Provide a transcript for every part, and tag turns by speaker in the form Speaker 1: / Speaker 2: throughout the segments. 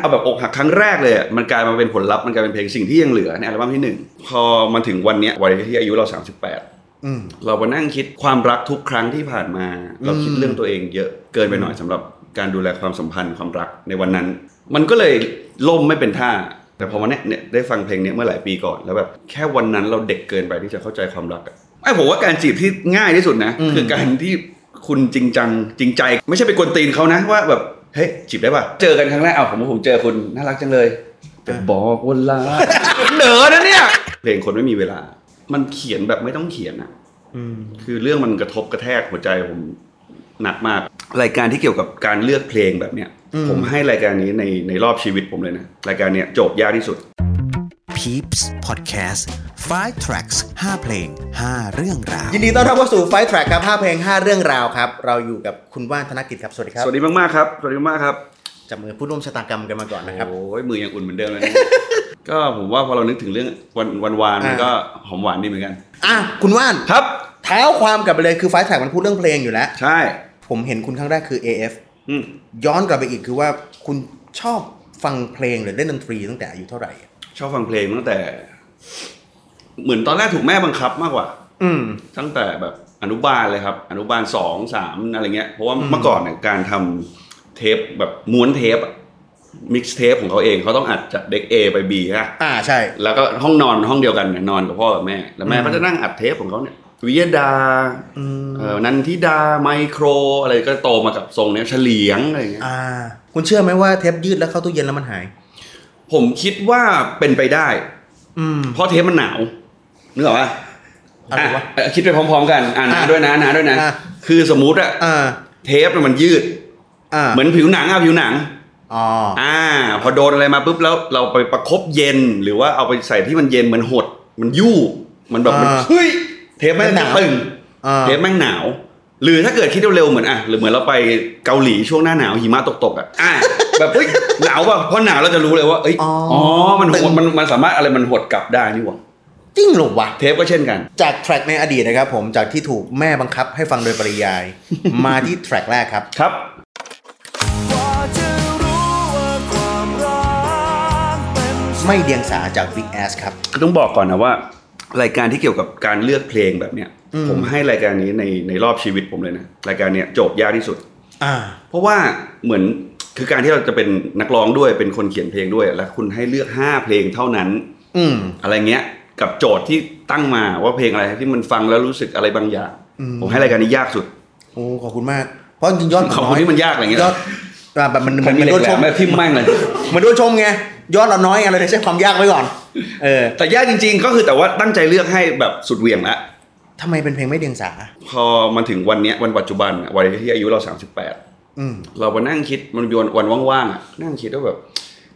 Speaker 1: เอาแบบอกหักครั้งแรกเลยอะมันกลายมาเป็นผลลัพธ์มันกลายเป็นเพลงสิ่งที่ยังเหลือในอัลบั้มที่หนึ่งพอมันถึงวันเนี้ยวัยที่อายุเรา 38
Speaker 2: อืม
Speaker 1: เรามานั่งคิดความรักทุกครั้งที่ผ่านมา เราคิด
Speaker 2: อืม
Speaker 1: เรื่องตัวเองเยอะเกินไปหน่อยสำหรับการดูแลความสัมพันธ์ความรักในวันนั้น มันก็เลยล่มไม่เป็นท่า แต่พอวันเนี้ยเนี่ยได้ฟังเพลงเนี้ยเมื่อหลายปีก่อนแล้วแบบแค่วันนั้นเราเด็กเกินไปที่จะเข้าใจความรักอะไอ้ผมว่าการจีบที่ง่ายที่สุดนะคือการที่คุณจริงจังจริงใจ ไม่ใช่ไปกวนตีนเขานะว่าแบบเฮ้ยจีบได้ป่ะเจอกันครั้งแรกเอาผมว่าผมเจอคุณน่ารักจังเลยแต่บอก ว่าลา เด๋อนะเนี่ยเพลงคนไม่มีเวลา มันเขียนแบบไม่ต้องเขียนอะ
Speaker 2: อืม
Speaker 1: คือเรื่องมันกระทบกระแทกหัวใจผมหนักมาก รายการที่เกี่ยวกับการเลือกเพลงแบบเนี้ย
Speaker 2: อืม
Speaker 1: ผมให้รายการนี้ในในรอบชีวิตผมเลยนะ รายการเนี้ยโจบยากที่สุด
Speaker 3: Peeps Podcast 5 tracks 5 เพลง 5 เรื่องราว
Speaker 2: ยินดีต้อนรับเข้าสู่ไฟท์แทร็กครับ5เพลง 5 เรื่องราวครับ เราอยู่กับคุณว่านธนกิจครับ สวัสดีครับ
Speaker 1: สวัสดีมากๆครับสวัสดีมากๆครับ
Speaker 2: จับมือผู้ร่วมชะตากรรมกันมาก่อนนะครับ
Speaker 1: โอ้ยมือยังอุ่นเหมือนเดิมเลยนะ ก็ผมว่าพอเรานึกถึงเรื่องวันวันวานมัน
Speaker 2: อ่า
Speaker 1: ก็หอมหวานดีเหมือนกัน
Speaker 2: อ่ะคุณว่าน
Speaker 1: ครับ
Speaker 2: เท้าความกลับไปเลยคือไฟท์แทร็กมันพูดเรื่องเพลงอยู่แล้ว
Speaker 1: ใช่
Speaker 2: ผมเห็นคุณครั้งแรกคือ AF
Speaker 1: อืม
Speaker 2: ย้อนกลับไปอีกคือว่าคุณชอบฟังเพลงหรือเล่นดนตรีตั้งแต่อายุเท่าไหร่
Speaker 1: ชอบฟังเพลงตั้งแต่ เหมือนตอนแรกถูกแม่บังคับมากกว่า
Speaker 2: อืม
Speaker 1: ตั้งแต่แบบอนุบาลเลยครับ อนุบาลสองสามอะไรเงี้ยเพราะว่าเมื่อก่อนเนี่ยการทำเทปแบบม้วนเทปมิกซ์เทปของเขาเองเขาต้องอัดจากเด็ก A ไป B ฮะ
Speaker 2: อ่าใช่
Speaker 1: แล้วก็ห้องนอนห้องเดียวกันเนี่ยนอนกับพ่อกับแม่ แล้วแม่ก็จะนั่งอัดเทปของเขาเนี่ยวิยดา
Speaker 2: อืม
Speaker 1: เอ่อนันทิดาไมโคร อะไรก็โตมากับทรงเนี้ยเฉลียงอะไรเงี้ย
Speaker 2: อ่า คุณเชื่อไหมว่าเทปยืดแล้วเข้าตู้เย็นแล้วมันหาย
Speaker 1: ผมคิดว่าเป็นไปได้
Speaker 2: อืม
Speaker 1: เพราะเทปมันหนาวนึกออกปะ
Speaker 2: อะไรวะ
Speaker 1: อ่ะคิดไปพร้อมๆ กันอ่านา
Speaker 2: อ่ะ
Speaker 1: ด้วยนะนาด้วยนะ
Speaker 2: อ่ะ
Speaker 1: คือสมมุติอะ
Speaker 2: อ่า
Speaker 1: เทปเนี่ยมันยืด
Speaker 2: อ่า
Speaker 1: เหมือนผิวหนังอะผิวหนัง
Speaker 2: อ๋อ
Speaker 1: อ่า พอโดนอะไรมาปุ๊บแล้วเราไปประคบเย็น หรือว่าเอาไปใส่ที่มันเย็นเหมือนหด มันยู่มันแบบมัน
Speaker 2: อ่า
Speaker 1: เฮ้ยเทปแม่ง
Speaker 2: มันหนาว
Speaker 1: ตึง
Speaker 2: อ่า
Speaker 1: เทปแม่งหนาว หรือถ้าเกิดคิดเร็วๆเหมือนอ่ะหรือเหมือนเราไปเกาหลีช่วงหน้าหนาวหิมะตกๆอ่ะอ่า แบบเฮ้ยหนาวป่ะเพราะหนาวเราจะรู้เลยว่าเอ้ย
Speaker 2: อ๋ออ๋
Speaker 1: อมันห
Speaker 2: ตึ
Speaker 1: ด
Speaker 2: ง
Speaker 1: มันมันสามารถอะไรมันหดกลับได้นี่หว่า
Speaker 2: จริงเหรอวะ
Speaker 1: เทปก็เช่นกัน
Speaker 2: จากแทร็กในอดีตนะครับผมจากที่ถูกแม่บังคับให้ฟังโดยปริยาย มาที่แทร็กแรกครับ
Speaker 1: ครับ
Speaker 2: ไม่เดียงสาจาก Big Ass ครับ
Speaker 1: ต้องบอกก่อนนะว่า รายการที่เกี่ยวกับการเลือกเพลงแบบเนี้ย
Speaker 2: อืม
Speaker 1: ผมให้รายการนี้ในในรอบชีวิตผมเลยนะรายการเนี้ยโจบยากที่สุด
Speaker 2: อ่า
Speaker 1: เพราะว่าเหมือนคือการที่เราจะเป็นนักร้องด้วยเป็นคนเขียนเพลงด้วย แล้วคุณให้เลือก 5 เพลงเท่านั้น
Speaker 2: อืม
Speaker 1: อะไรเงี้ยกับโจทย์ที่ตั้งมาว่าเพลงอะไรที่มันฟังแล้วรู้สึกอะไรบางอย่าง
Speaker 2: อืม
Speaker 1: ผมให้รายการนี้ยากสุด
Speaker 2: โอ้ขอบคุณมาก เพราะจริงๆยอด
Speaker 1: ขอบคุณ
Speaker 2: น้
Speaker 1: ที่มันยากอะไรเงี้ย
Speaker 2: ยอดอ่าแบบมัน
Speaker 1: มั
Speaker 2: มัน น
Speaker 1: มี
Speaker 2: มี
Speaker 1: เหล็
Speaker 2: โด
Speaker 1: ก
Speaker 2: น
Speaker 1: แหล
Speaker 2: ช
Speaker 1: ม
Speaker 2: ม
Speaker 1: แบบทิ่มแม่งเลย
Speaker 2: มันโดนชมไงยอดเราน้อยไงเราเลยใช้ความยากไว้ก่อน เออ
Speaker 1: แต่ยากจริง ๆ ก็คือแต่ว่าตั้งใจเลือกให้แบบสุดเหวี่ยงละ
Speaker 2: ทำไมเป็นเพลงไม่เดียงสา
Speaker 1: พอมันถึงวันเนี้ยวันปัจจุบันอะวัยที่อายุเรา 38
Speaker 2: อืม
Speaker 1: เรามานั่งคิดมันมีวันวันว่างๆอ่ะนั่งคิดว่าแบบ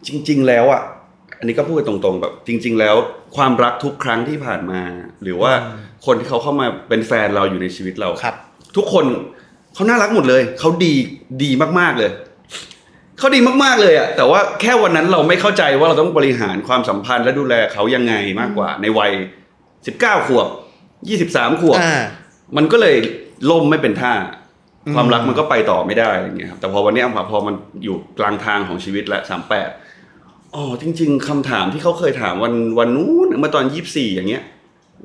Speaker 1: จริง ๆ แล้วอ่ะอันนี้ก็พูดตรงๆ แบบ จริง ๆ แล้วความรักทุกครั้งที่ผ่านมา หรือว่าคนที่เขาเข้ามาเป็นแฟนเราอยู่ในชีวิตเรา
Speaker 2: ครับ
Speaker 1: ทุกคนเขาน่ารักหมดเลยเขาดีดีมากๆเลยเขาดีมากๆเลยอ่ะแต่ว่าแค่วันนั้นเราไม่เข้าใจว่าเราต้องบริหารความสัมพันธ์และดูแลเขายังไงมากกว่า ในวัย 19 ขวบ 23 ขวบ
Speaker 2: อ่า
Speaker 1: มันก็เลยล่มไม่เป็นท่า
Speaker 2: อืม
Speaker 1: ความรักมันก็ไปต่อไม่ได้อะไรเงี้ยครับแต่พอวันเนี้ยพอพอมันอยู่กลางทางของชีวิตและสามแปดอ๋อจริง ๆคำถามที่เขาเคยถามวันวันนู้นเมื่อตอนยี่สี่อย่างเงี้ย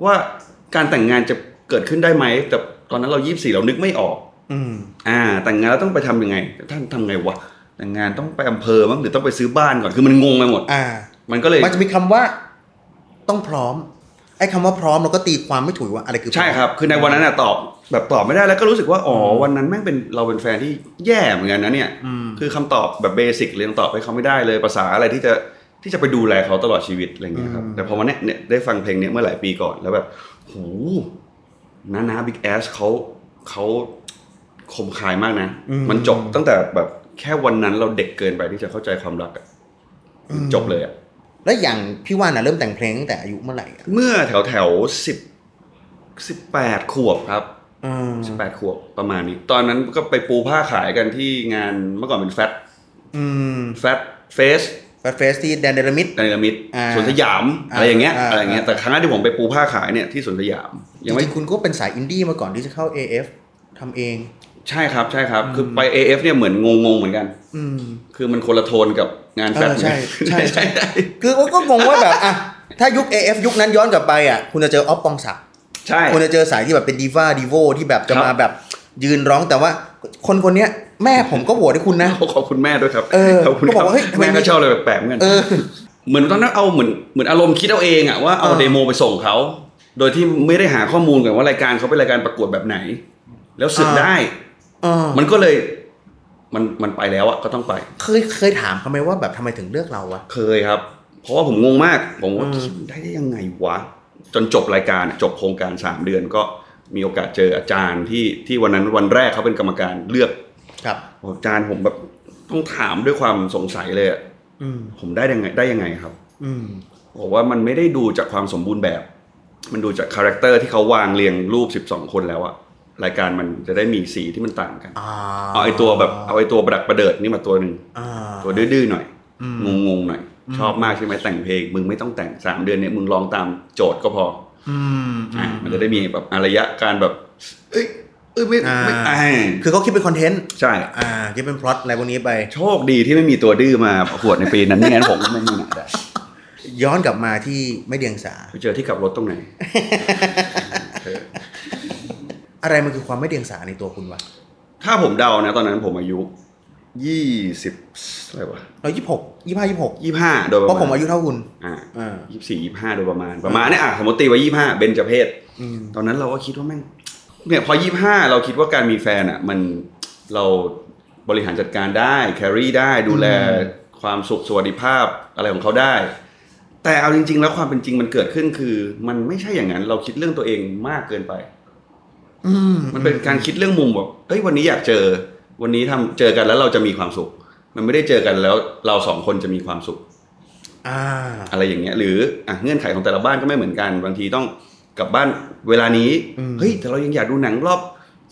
Speaker 1: ว่าการแต่งงานจะเกิดขึ้นได้ไหมแต่ตอนนั้นเรายี่สี่เรานึกไม่ออก
Speaker 2: อืม
Speaker 1: อ่า แต่งงานแล้วต้องไปทำยังไง ท่านทำไงวะแต่งงานต้องไปอำเภอมั้งหรือต้องไปซื้อบ้านก่อนคือมันงงไปหมด
Speaker 2: อ่า
Speaker 1: มันก็เลย
Speaker 2: มันจะมีคำว่า ต้องพร้อม ไอ้คำว่าพร้อมเราก็ตีความไม่ถูกว่าอะไรคือพอม
Speaker 1: ใช่ครับ คือในวันนั้นน่ะตอบแบบตอบไม่ได้แล้วก็รู้สึกว่า อ๋อ วันนั้นแม่งเป็นเราเป็นแฟนที่แย่เหมือนกันนะเนี่ย
Speaker 2: อืม
Speaker 1: คือคำตอบแบบเบสิกเลยยังตอบให้เขาไม่ได้เลยภาษาอะไรที่จะที่จะไปดูแลเขาตลอดชีวิตอะไรอย่างเงี้ยครับ
Speaker 2: อืม
Speaker 1: แต่พอมาเนี้ยเนี่ยได้ฟังเพลงเนี้ยเมื่อหลายปีก่อนแล้วแบบโหน้านาบิ๊กแอสเขาเขาคมคายมากนะ มันจบตั้งแต่แบบแค่วันนั้นเราเด็กเกินไปที่จะเข้าใจความรักอะจบเลยอะ
Speaker 2: แล้วอย่างพี่ว่านน่ะเริ่มแต่งเพลงตั้งแต่อายุเมื่อไหร่อ่ะ
Speaker 1: เมื่อแถวแถวสิบสิบแปดขวบครับ
Speaker 2: อืม
Speaker 1: สิบแปดขวบประมาณนี้ ตอนนั้นก็ไปปูผ้าขายกันที่งานเมื่อก่อนเป็นแฟต
Speaker 2: อืม
Speaker 1: แฟตเฟส
Speaker 2: แฟร์เฟสที่แดนเดลมิด
Speaker 1: ในละมิด
Speaker 2: อ่า
Speaker 1: สวนสยาม
Speaker 2: อ่า
Speaker 1: อะไรอย่างเงี้ย
Speaker 2: อ่า
Speaker 1: อะไรอย่างเงี้ย
Speaker 2: อ่า
Speaker 1: แต่ครั้งแรกที่ผมไปปูผ้าขายเนี่ยที่สวนสยาม
Speaker 2: จ
Speaker 1: ยังไม่
Speaker 2: ริงๆคุณก็เป็นสายอินดี้มาก่อนที่จะเข้า AF ทำเอง
Speaker 1: ใช่ครับใช่ครับ คือไป AF เนี่ยเหมือนงงๆเหมือนกัน
Speaker 2: อืม
Speaker 1: คือมันคนละโทนกับ งาน
Speaker 2: เอ
Speaker 1: แฟด
Speaker 2: อใช่ใช่
Speaker 1: ใช่
Speaker 2: ใช่คือก็ก็งง ว่าแบบอ่ะถ้ายุค AF ยุคนั้นย้อนกลับไปอ่ะคุณจะเจอออฟปองศักดิ์
Speaker 1: ใช่
Speaker 2: คุณจะเจอสายที่แบบเป็นดีว่าดีโวที่แบบจะ
Speaker 1: ครับ
Speaker 2: มาแบบยืนร้องแต่ว่าคนคนเนี้ยแม่ผมก็โหวตให้คุณนะ
Speaker 1: ขอบคุณแม่ด้วยครับ
Speaker 2: เออ
Speaker 1: ขอบคุณ
Speaker 2: ก็
Speaker 1: ค
Speaker 2: บ
Speaker 1: รั
Speaker 2: อบกว่าเฮ้ยทำไม
Speaker 1: แม่
Speaker 2: มี
Speaker 1: ก็ชอบอะไรแปลกๆเหมือนกัน
Speaker 2: เออ
Speaker 1: เหมือนตอนนั้นเอาเหมือนเหมือนอารมณ์คิดเอาเองอะว่าเอา
Speaker 2: เออ
Speaker 1: เดโมไปส่งเขา โดยที่ไม่ได้หาข้อมูลก่อนว่ารายการเขาเป็นรายการประกวดแบบไหน แล้วสึกได้
Speaker 2: เออ
Speaker 1: มันก็เลย มันมันไปแล้วอะก็ต้องไป
Speaker 2: เคยเคยถามเขาไหมว่าแบบทำไมถึงเลือกเราวะ
Speaker 1: เคยครับ เพราะว่าผมงงมาก ผมว่า
Speaker 2: อืม
Speaker 1: ได้ได้ยังไงวะ จนจบรายการจบโครงการ 3 เดือนก็มีโอกาสเจออาจารย์ที่ที่วันนั้นวันแรกเขาเป็นกรรมการเลือก
Speaker 2: ครับ
Speaker 1: อาจารย์ผมแบบต้องถามด้วยความสงสัยเลยอะ
Speaker 2: อืม
Speaker 1: ผมได้ยังไงได้ยังไงครับ
Speaker 2: อืม
Speaker 1: ผมว่ามันไม่ได้ดูจากความสมบูรณ์แบบ มันดูจากคาแรคเตอร์ที่เขาวางเรียงรูป 12 คนแล้วอะรายการมันจะได้มีสีที่มันต่างกัน
Speaker 2: อ่า
Speaker 1: เอาไอตัวแบบเอาไอตัวประดักประเดิดนี่มาตัวหนึ่ง
Speaker 2: อ่า
Speaker 1: ตัวดื้อๆหน่อย
Speaker 2: อืม
Speaker 1: งงๆหน่อย ชอบมากใช่ไหมแต่งเพลง มึงไม่ต้องแต่ง 3 เดือนเนี่ยมึงร้องตามโจทย์ก็พอ
Speaker 2: อืม
Speaker 1: อ
Speaker 2: อืม
Speaker 1: มันจะได้มีแบบอารยะการแบบ เอ้ยเอ้ยไม่ไม่
Speaker 2: อ่า
Speaker 1: อ่า
Speaker 2: คือเขาคิดเป็นคอนเทนต์
Speaker 1: ใช่
Speaker 2: อ่าคิดเป็นพล็อตอะไรพวกนี้ไป
Speaker 1: โชคดีที่ไม่มีตัวดื้อมาประกวดในปีนั้นไม่งั้นผมก็ไม่มีหนังได้
Speaker 2: ย้อนกลับมาที่ไม่เดียงสา
Speaker 1: ไปเจอที่ขับรถตรงไหน
Speaker 2: อะไรมันคือความไม่เดียงสาในตัวคุณวะ
Speaker 1: ถ้าผมเดานะตอนนั้นผมอายุยี่สิบอะไรวะ
Speaker 2: เรายี่หกยี่ห้ายี่หก
Speaker 1: ยี่ห้าโดยประมาณ
Speaker 2: เพราะผมอายุเท่าคุณ
Speaker 1: อ่า
Speaker 2: อ่า
Speaker 1: ยี่สี่ยี่ห้าโดยประมาณ ประมาณเนี่ยอ่ะสมมติตีไว้ยี่ห้าเบนจเพศ
Speaker 2: อืม
Speaker 1: ตอนนั้นเราก็คิดว่าแม่งเนี่ยพอยี่ห้าเราคิดว่าการมีแฟนอ่ะ มันเราบริหารจัดการได้ แครี่ได้ดูแลความสุขสวัสดิภาพอะไรของเขาได้ แต่เอาจริง ๆ แล้วความเป็นจริงมันเกิดขึ้นคือ มันไม่ใช่อย่างนั้น เราคิดเรื่องตัวเองมากเกินไป
Speaker 2: อืม
Speaker 1: มันเป็นการคิดเรื่องมุมแบบเอ้ยวันนี้อยากเจอ วันนี้ทำเจอกันแล้วเราจะมีความสุข มันไม่ได้เจอกันแล้วเราสองคนจะมีความสุข
Speaker 2: อ่า
Speaker 1: อะไรอย่างเงี้ย หรืออ่ะเงื่อนไขของแต่ละบ้านก็ไม่เหมือนกัน บางทีต้องกลับบ้านเวลานี้
Speaker 2: อืม
Speaker 1: เฮ้ยแต่เรายังอยากดูหนังรอบ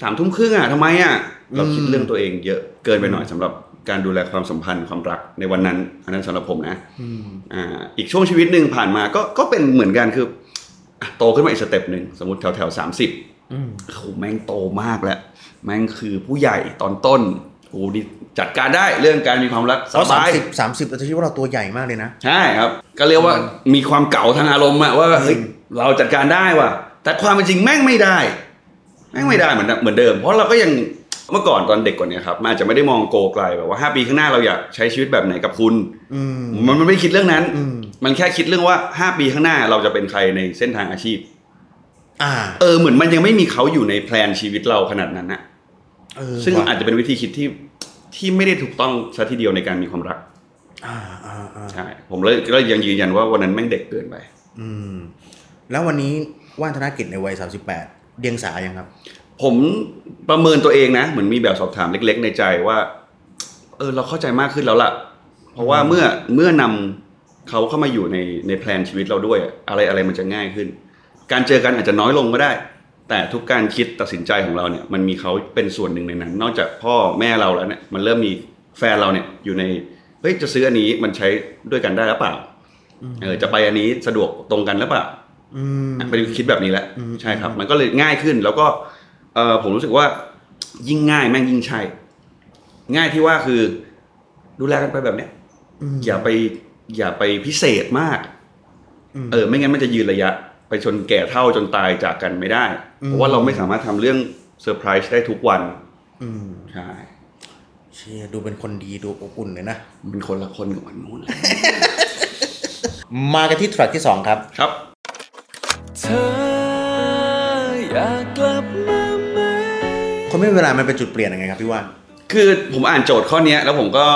Speaker 1: สามทุ่มครึ่งอ่ะทำไมอ่ะ เราคิด
Speaker 2: อืม
Speaker 1: เรื่องตัวเองเยอะเกินไปหน่อยสำหรับการดูแลความสัมพันธ์ความรักในวันนั้น อันนั้นสำหรับผมนะ
Speaker 2: อืม
Speaker 1: อ่าอีกช่วงชีวิตหนึ่งผ่านมาก็ก็เป็นเหมือนกันคืออ่ะโตขึ้นมาอีกสเต็ปหนึ่งสมมติแถวแถวสามสิบ
Speaker 2: อืม
Speaker 1: โอ้โหแม่งโตมากแล้ว แม่งคือผู้ใหญ่ตอนต้นโอ้โหนี่จัดการได้เรื่องการมีความรักส
Speaker 2: เราสาม
Speaker 1: บาย
Speaker 2: สิบสามสิบเราจะคิดว่าเราตัวใหญ่มากเลยนะ
Speaker 1: ใช่ครับ ก็เรียกว่ามีความเก่าทางอารมณ์อะว่าเฮ้ยเราจัดการได้ว่ะ แต่ความเป็นจริงแม่งไม่ได้ แม่งไม่ได้เหมือนเหมือนเดิม เพราะเราก็ยังเมื่อก่อนตอนเด็กกว่านี้ครับมันอาจจะไม่ได้มองโกลไกลแบบว่าห้าปีข้างหน้าเราอยากใช้ชีวิตแบบไหนกับคุณ
Speaker 2: อืม
Speaker 1: มันมันไม่คิดเรื่องนั้น
Speaker 2: อืม
Speaker 1: มันแค่คิดเรื่องว่า 5 ปีข้างหน้าเราจะเป็นใครในเส้นทางอาชีพ
Speaker 2: อ่า
Speaker 1: เออ เหมือนมันยังไม่มีเขาอยู่ในแพลนชีวิตเราขนาดนั้นนะ
Speaker 2: เออ
Speaker 1: ซึ่งมัน
Speaker 2: ว่ะ
Speaker 1: อาจจะเป็นวิธีคิดที่ที่ไม่ได้ถูกต้องซะทีเดียวในการมีความรัก
Speaker 2: อ่าอ่าอ่า
Speaker 1: ใช่ ผมเลยก็ยังยืนยันว่าวันนั้นแม่งเด็กเกินไป
Speaker 2: อืม แล้ววันนี้ว่านธนกิจในวัยสามสิบแปดเดียงสายังครับ
Speaker 1: ผมประเมินตัวเองนะ เหมือนมีแบบสอบถามเล็ก ๆ ในใจว่า เออ เราเข้าใจมากขึ้นแล้วล่ะ เพราะว่าเมื่อเมื่อนำเขาเข้ามาอยู่ในในแพลนชีวิตเราด้วยอะอะไรอะไรมันจะง่ายขึ้น การเจอกันอาจจะน้อยลงก็ได้ แต่ทุกการคิดตัดสินใจของเราเนี่ย มันมีเขาเป็นส่วนหนึ่งในนั้น นอกจากพ่อแม่เราแล้วเนี่ยมันเริ่มมีแฟนเราเนี่ยอยู่ในเฮ้ยจะซื้ออันนี้มันใช้ด้วยกันได้หรือเปล่าเออจะไปอันนี้สะดวกตรงกันหรือเปล่า
Speaker 2: อืม
Speaker 1: อ่ะเป็นคิดแบบนี้แหละ
Speaker 2: อืม
Speaker 1: ใช่ครับ มันก็เลยง่ายขึ้น แล้วก็เออผมรู้สึกว่า ยิ่งง่ายแม่งยิ่งใช่ ง่ายที่ว่าคือ ดูแลกันไปแบบเนี้ย
Speaker 2: ม
Speaker 1: อย่าไป อย่าไปพิเศษมาก
Speaker 2: ม
Speaker 1: เออ ไม่งั้นมันจะยืนระยะ ไปจนแก่เท่าจนตายจากกันไม่ได้
Speaker 2: อืม
Speaker 1: เพราะว่าเราไม่สามารถทำเรื่องเซอร์ไพรส์ได้ทุกวัน
Speaker 2: อืม
Speaker 1: ใช่
Speaker 2: เชียดูเป็นคนดีดูอบอุ่นเลยนะ
Speaker 1: มันคนละคนกับวันนู้นเลย
Speaker 2: มากันที่แทร็กที่สองครับ
Speaker 1: ครับ
Speaker 4: เธออยากกลับมาไหม
Speaker 2: คนไม่มีเวลามันเป็นจุดเปลี่ยนยังไงครับพี่ว่าน
Speaker 1: คือผมอ่านโจทย์ข้อเนี้ยแล้วผมก็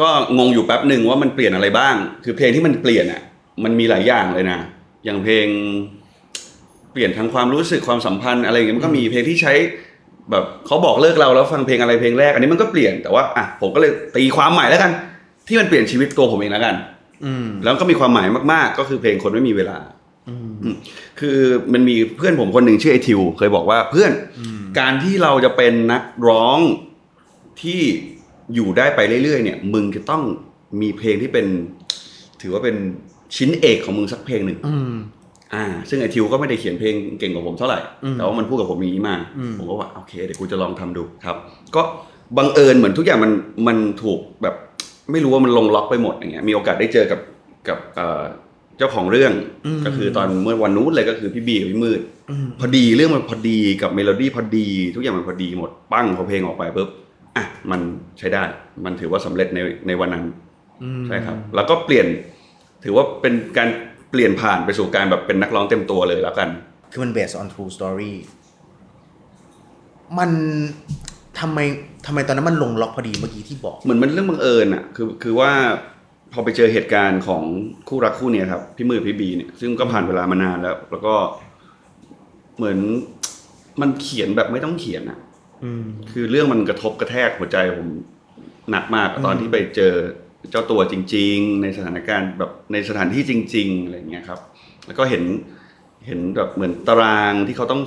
Speaker 1: ก็งงอยู่แป๊บหนึ่งว่ามันเปลี่ยนอะไรบ้าง คือเพลงที่มันเปลี่ยนอ่ะมันมีหลายอย่างเลยนะ อย่างเพลงเปลี่ยนทั้งความรู้สึกความสัมพันธ์อะไรอย่างเงี้ยมันก็มีเพลงที่ใช้แบบเขาบอกเลิกเราแล้วฟังเพลงอะไรเพลงแรกอันนี้มันก็เปลี่ยนแต่ว่าอ่ะผมก็เลยตีความใหม่แล้วกัน ที่มันเปลี่ยนชีวิตตัวผมเองแล้วกัน
Speaker 2: อืม
Speaker 1: แล้วก็มีความหมายมากๆ ก็คือเพลงคนไม่มีเวลา
Speaker 2: อืม
Speaker 1: คือมันมีเพื่อนผมคนหนึ่งชื่อไอทิวเคยบอกว่าเพื่อนการที่เราจะเป็นนักร้องที่อยู่ได้ไปเรื่อยๆเนี่ย มึงจะต้องมีเพลงที่เป็น ถือว่าเป็นชิ้นเอกของมึงสักเพลงหนึ่ง
Speaker 2: อืม
Speaker 1: อ่า ซึ่งไอทิวก็ไม่ได้เขียนเพลงเก่งกว่าผมเท่าไหร่
Speaker 2: อืม
Speaker 1: แต่ว่ามันพูดกับผมอย่างนี้มา
Speaker 2: อืม
Speaker 1: ผมก็ว่าโอเคเดี๋ยวกูจะลองทำดูครับ ก็บังเอิญเหมือนทุกอย่างมันมันถูกแบบ ไม่รู้ว่ามันลงล็อกไปหมดอย่างเงี้ยมีโอกาสได้เจอกับกับเอ่อเจ้าของเรื่องก็คือตอนเมื่อวันนู้นเลยก็คือพี่บีกับพี่มืด พอดีเรื่องมันพอดีกับเมโลดี้พอดี ทุกอย่างมันพอดีหมดปั้งพอเพลงออกไปปุ๊บอ่ะมันใช้ได้ มันถือว่าสำเร็จในในวันนั้น ใช่ครับ แล้วก็เปลี่ยนถือว่าเป็นการเปลี่ยนผ่านไปสู่การแบบเป็นนักร้องเต็มตัวเลยแล้วกัน
Speaker 2: คือมัน based on true story มันทำไมทำไมตอนนั้นมันลงล็อกพอดีเมื่อกี้ที่บอก
Speaker 1: เหมือนมันเรื่องบังเอิญอ่ะคือคือว่าพอไปเจอเหตุการณ์ของคู่รักคู่เนี้ยครับ พี่มือพี่บีเนี่ยซึ่งก็ผ่านเวลามานานแล้ว แล้วก็เหมือนมันเขียนแบบไม่ต้องเขียนอ่ะคือเรื่องมันกระทบกระแทกหัวใจผมหนักมากตอนที่ไปเจอเจ้าตัวจริง ๆ ในสถานการณ์แบบในสถานที่จริง ๆอะไรอย่างเงี้ยครับ แล้วก็เห็นเห็นแบบเหมือนตารางที่เขาต้อง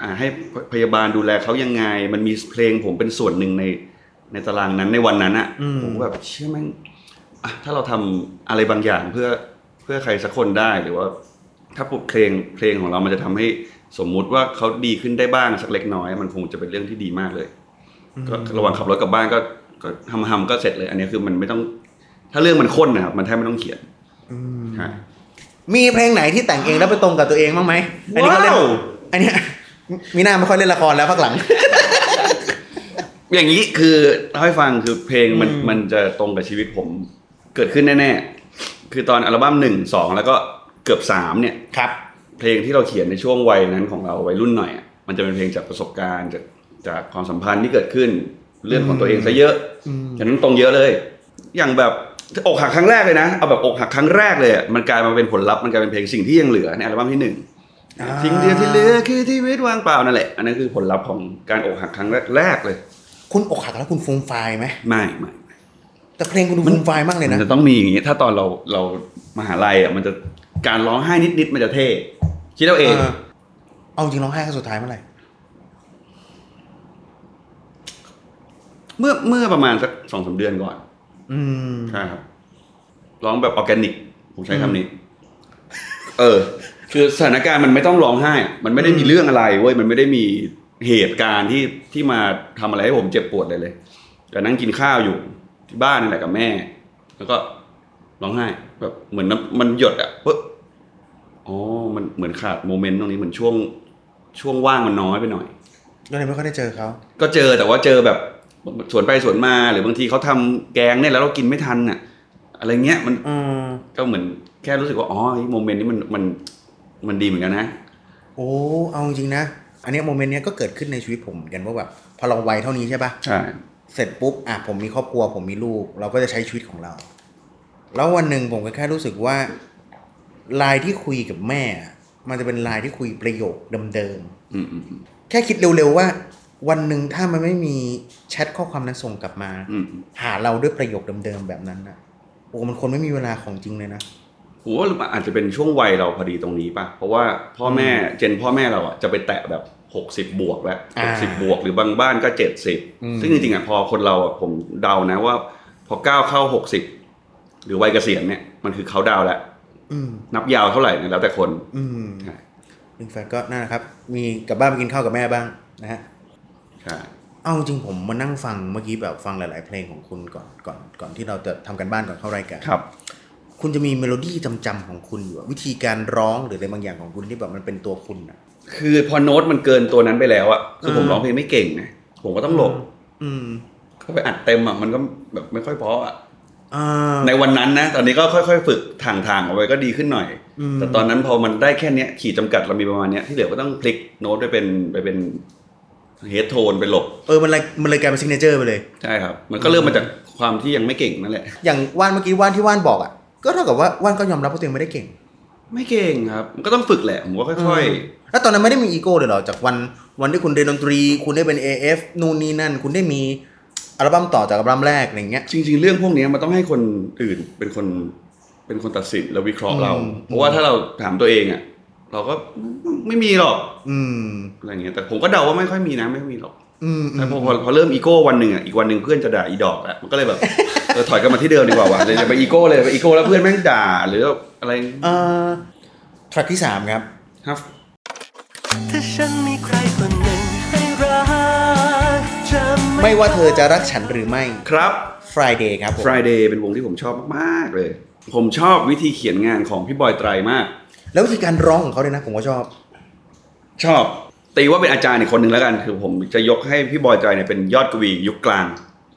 Speaker 1: อ่าให้พยาบาลดูแลเขายังไง มันมีเพลงผมเป็นส่วนหนึ่งในในตารางนั้นในวันนั้นอะ
Speaker 2: อืม
Speaker 1: ผมก็แบบเชื่อแม่งอ่ะถ้าเราทำอะไรบางอย่างเพื่อเพื่อใครสักคนได้หรือว่า ถ้าปุบเพลงเพลงของเรามันจะทำให้สมมุติว่าเขาดีขึ้นได้บ้างสักเล็กน้อย มันคงจะเป็นเรื่องที่ดีมากเลย ก็ระหว่างขับรถกลับบ้านก็ก็ทำทำๆก็เสร็จเลย อันนี้คือมันไม่ต้อง ถ้าเรื่องมันข้นนะครับมันแทบไม่ต้องเขียนใช่
Speaker 2: มีเพลงไหนที่แต่งเองแล้วไปตรงกับตัวเองบ้างไหมอันนี้ก็เล่น
Speaker 1: ว้าว
Speaker 2: อันเนี้ย มีหน้าไม่ค่อยเล่นละครแล้วพักหลัง
Speaker 1: อย่างนี้คือเล่าให้ฟังคือเพลงมันมันจะตรงกับชีวิตผมเกิดขึ้นแน่ๆ คือตอนอัลบั้มหนึ่งสองแล้วก็เกือบสามเนี่ย
Speaker 2: ครับ
Speaker 1: เพลงที่เราเขียนในช่วงวัยนั้นของเราวัยรุ่นหน่อยอะมันจะเป็นเพลงจากประสบการณ์จากจากความสัมพันธ์ที่เกิดขึ้นเรื่องของตัวเองซะเยอะฉะนั้นตรงเยอะเลย อย่างแบบอกหักครั้งแรกเลยนะเอาแบบอกหักครั้งแรกเลยอะมันกลายมาเป็นผลลัพธ์มันกลายเป็นเพลงสิ่งที่ยังเหลือในอัลบั้มที่หนึ่ง
Speaker 2: อ่า
Speaker 1: สิ่งเดียวที่เหลือคือชีวิตว่างเปล่านั่นแหละอันนั้นคือผลลัพธ์ของการอกหักครั้งแรกๆเลย
Speaker 2: คุณอกหักแล้วคุณฟูมไฟายไหม
Speaker 1: ไม่ไม่
Speaker 2: แต่เพลงคุณดูฟูมไฟายมากเลย
Speaker 1: มั
Speaker 2: นะ
Speaker 1: นจะต้องมีอย่างนี้ถ้าตอนเราเรามหาลัยอ่ะมันจะการร้องไห้นิดๆมันจะเท่คิดเอาเอง
Speaker 2: เออเอาจริงร้องไห้ครั้งสุดท้ายเมื่อไหร่
Speaker 1: เมื่อเมื่อประมาณสักสองสามเดือนก่อน
Speaker 2: อืม
Speaker 1: ใช่ครับร้องแบบออร์แกนิกผมใช้คำนี้ เออ คือสถานการณ์มันไม่ต้องร้องไห้ มันไม่ได้มีเรื่องอะไรเว้ยมันไม่ได้มีเหตุการณ์ที่ที่มาทำอะไรให้ผมเจ็บปวดเลยเลยก็นั่งกินข้าวอยู่ที่บ้านนี่แหละกับแม่ แล้วก็ร้องไห้ แบบเหมือนน้ำมันหยดอ่ะปึ๊บ อ๋อ มันเหมือนขาดโมเมนต์ตรงนี้เหมือนช่วง ช่วงว่างมันน้อยไปหน่อย
Speaker 2: ก็เลยไม่ค่อยได้เจอเขา
Speaker 1: ก็เจอแต่ว่าเจอแบบสวนไปสวนมาหรือบางทีเขาทำแกงเนี่ยแล้วเรากินไม่ทันน่ะ อะไรเงี้ยมัน
Speaker 2: อืม
Speaker 1: ก็เหมือนแค่รู้สึกว่าอ๋อไอ้โมเมนต์นี้มันมันมันดีเหมือนกันนะ
Speaker 2: โอ้ เอาจริงๆนะ อันเนี้ยโมเมนต์เนี้ยก็เกิดขึ้นในชีวิตผมเหมือนกันว่าแบบพอเราวัยเท่านี้ใช่ปะ
Speaker 1: ใช่
Speaker 2: เสร็จปุ๊บอ่ะผมมีครอบครัวผมมีลูก เราก็จะใช้ชีวิตของเรา แล้ววันหนึ่งผมก็แค่รู้สึกว่าไลน์ที่คุยกับแม่อ่ะมันจะเป็นไลน์ที่คุยประโยคเดิม
Speaker 1: อืมอืมอืม
Speaker 2: ๆแค่คิดเร็วๆว่า วันหนึ่งถ้ามันไม่มีแชทข้อความนั้นส่งกลับมา
Speaker 1: อืมอืม
Speaker 2: หาเราด้วยประโยคเดิมๆแบบนั้นนะโอ้มันคนไม่มีเวลาของจริงเลยนะ
Speaker 1: ผมว่ามันอาจจะเป็นช่วงวัยเราพอดีตรงนี้ป่ะ เพราะว่าพ่อแม่เจนพ่อแม่เราอ่ะจะไปแตะแบบหกสิบบวกแล้ว
Speaker 2: อ่
Speaker 1: หกสิ
Speaker 2: า
Speaker 1: บบวกหรือบางบ้านก็เจ็ดสิบ
Speaker 2: อืม
Speaker 1: ซึ่งจริงๆอ่ะพอคนเราอ่ะผมเดานะว่า พอก้าวเข้าหกสิบหรือวัยเกษียณเนี่ยมันคือเขาดาวน์แล้ว
Speaker 2: อืม
Speaker 1: นับยาวเท่าไหร่เนี่ยแล้วแต่คน
Speaker 2: อืม
Speaker 1: ใช่
Speaker 2: หนึ่งแฟนก็นั่นนะครับ มีกลับบ้านไปกินข้าวกับแม่บ้างนะฮะ
Speaker 1: ใช่
Speaker 2: เอาจริงผมมานั่งฟังเมื่อกี้แบบฟังหลาย ๆ เพลงของคุณก่อนก่อนก่อนที่เราจะทำกันบ้านก่อนเข้ารายการ
Speaker 1: ครับ
Speaker 2: คุณจะมีเมโลดี้จำๆของคุณอยู่อะวิธีการร้องหรืออะไรบางอย่างของคุณที่แบบมันเป็นตัวคุณอะ
Speaker 1: คือพอโน้ตมันเกินตัวนั้นไปแล้วอะคือผม
Speaker 2: อืม
Speaker 1: ร้องเพลงไม่เก่งไงผมก็ต้องหลบ
Speaker 2: อืม
Speaker 1: ก็ไปอัดเต็มอะมันก็แบบไม่ค่อยเพออะ
Speaker 2: อ่า
Speaker 1: ในวันนั้นนะ ตอนนี้ก็ค่อยๆ ฝึกทางทางๆเอาไว้ก็ดีขึ้นหน่อย
Speaker 2: อืม
Speaker 1: แต่ตอนนั้นพอมันได้แค่เนี้ยขีดจำกัดเรามีประมาณเนี้ยที่เหลือก็ต้องพลิกโน้ตไปเป็นไปเป็นเฮดโทนไปหลบ
Speaker 2: เออมันเลยมันเลยกลายเป็นซิกเนเจอร์ไปเลย
Speaker 1: ใช่ครับ มันก็เริ่มมาจากความที่ยังไม่เก่งนั่นแหละ
Speaker 2: อย่างว่านเมื่อกี้ว่านที่ว่านบอกอะก็เท่ากับว่าว่านก็ยอมรับว่าตัวเองไม่ได้เก่ง
Speaker 1: ไม่เก่งครับมันก็ต้องฝึกแหละผมก็ค่อย ๆ
Speaker 2: ๆแล้วตอนนั้นไม่ได้มีอีโก้เลยเหรอจากวันวันที่คุณเรียนดนตรี คุณได้เป็น AF นู่นนี่นั่น คุณได้มีอัลบั้มต่อจากอัลบั้มแรกอะไรอย่างเงี้ย
Speaker 1: จริงๆ เรื่องพวกนี้มันต้องให้คนอื่นเป็นคนเป็นคนตัดสินแล้ววิเคราะห์เรา
Speaker 2: อืม
Speaker 1: เพราะว่าถ้าเราถามตัวเองอ่ะเราก็ไม่ไม่มีหรอก
Speaker 2: อืม
Speaker 1: อะไรเงี้ยแต่ผมก็เดาว่าไม่ค่อยมีนะไม่มีหรอก
Speaker 2: อืมอื
Speaker 1: แต่
Speaker 2: ม
Speaker 1: พอพอพอเริ่มอีโก้วันหนึ่งอ่ะอีกวันหนึ่งเพื่อนจะด่าอีดอกอ่ะมันก็เลยแบบ เออถอยกลันมาที่เดิมดีกว่าว่ะเลยจะไปอีโก้เลยไปอีโก้แล้วเพื่อนแม่งด่า หรืออะไร
Speaker 2: เอ่อทรัคที่สามครับ
Speaker 1: ครับ
Speaker 4: ถ้าฉันมีใครคนหนึ่งให้รักจะไม่
Speaker 2: ไม่ว่าเธอจะรักฉันหรือไม่
Speaker 1: ครับ
Speaker 2: Friday ครับผม
Speaker 1: Friday เป็นวงที่ผมชอบมากๆเลย ผมชอบวิธีเขียนงานของพี่บอยไตรมาก
Speaker 2: แล้ววิธีการร้องของเขาด้วยนะ ผมก็ชอบ
Speaker 1: ชอบ ตีว่าเป็นอาจารย์อีกคนหนึ่งแล้วกัน คือผมจะยกให้พี่บอยไตรเนี่ยเป็นยอดกวียุคกลาง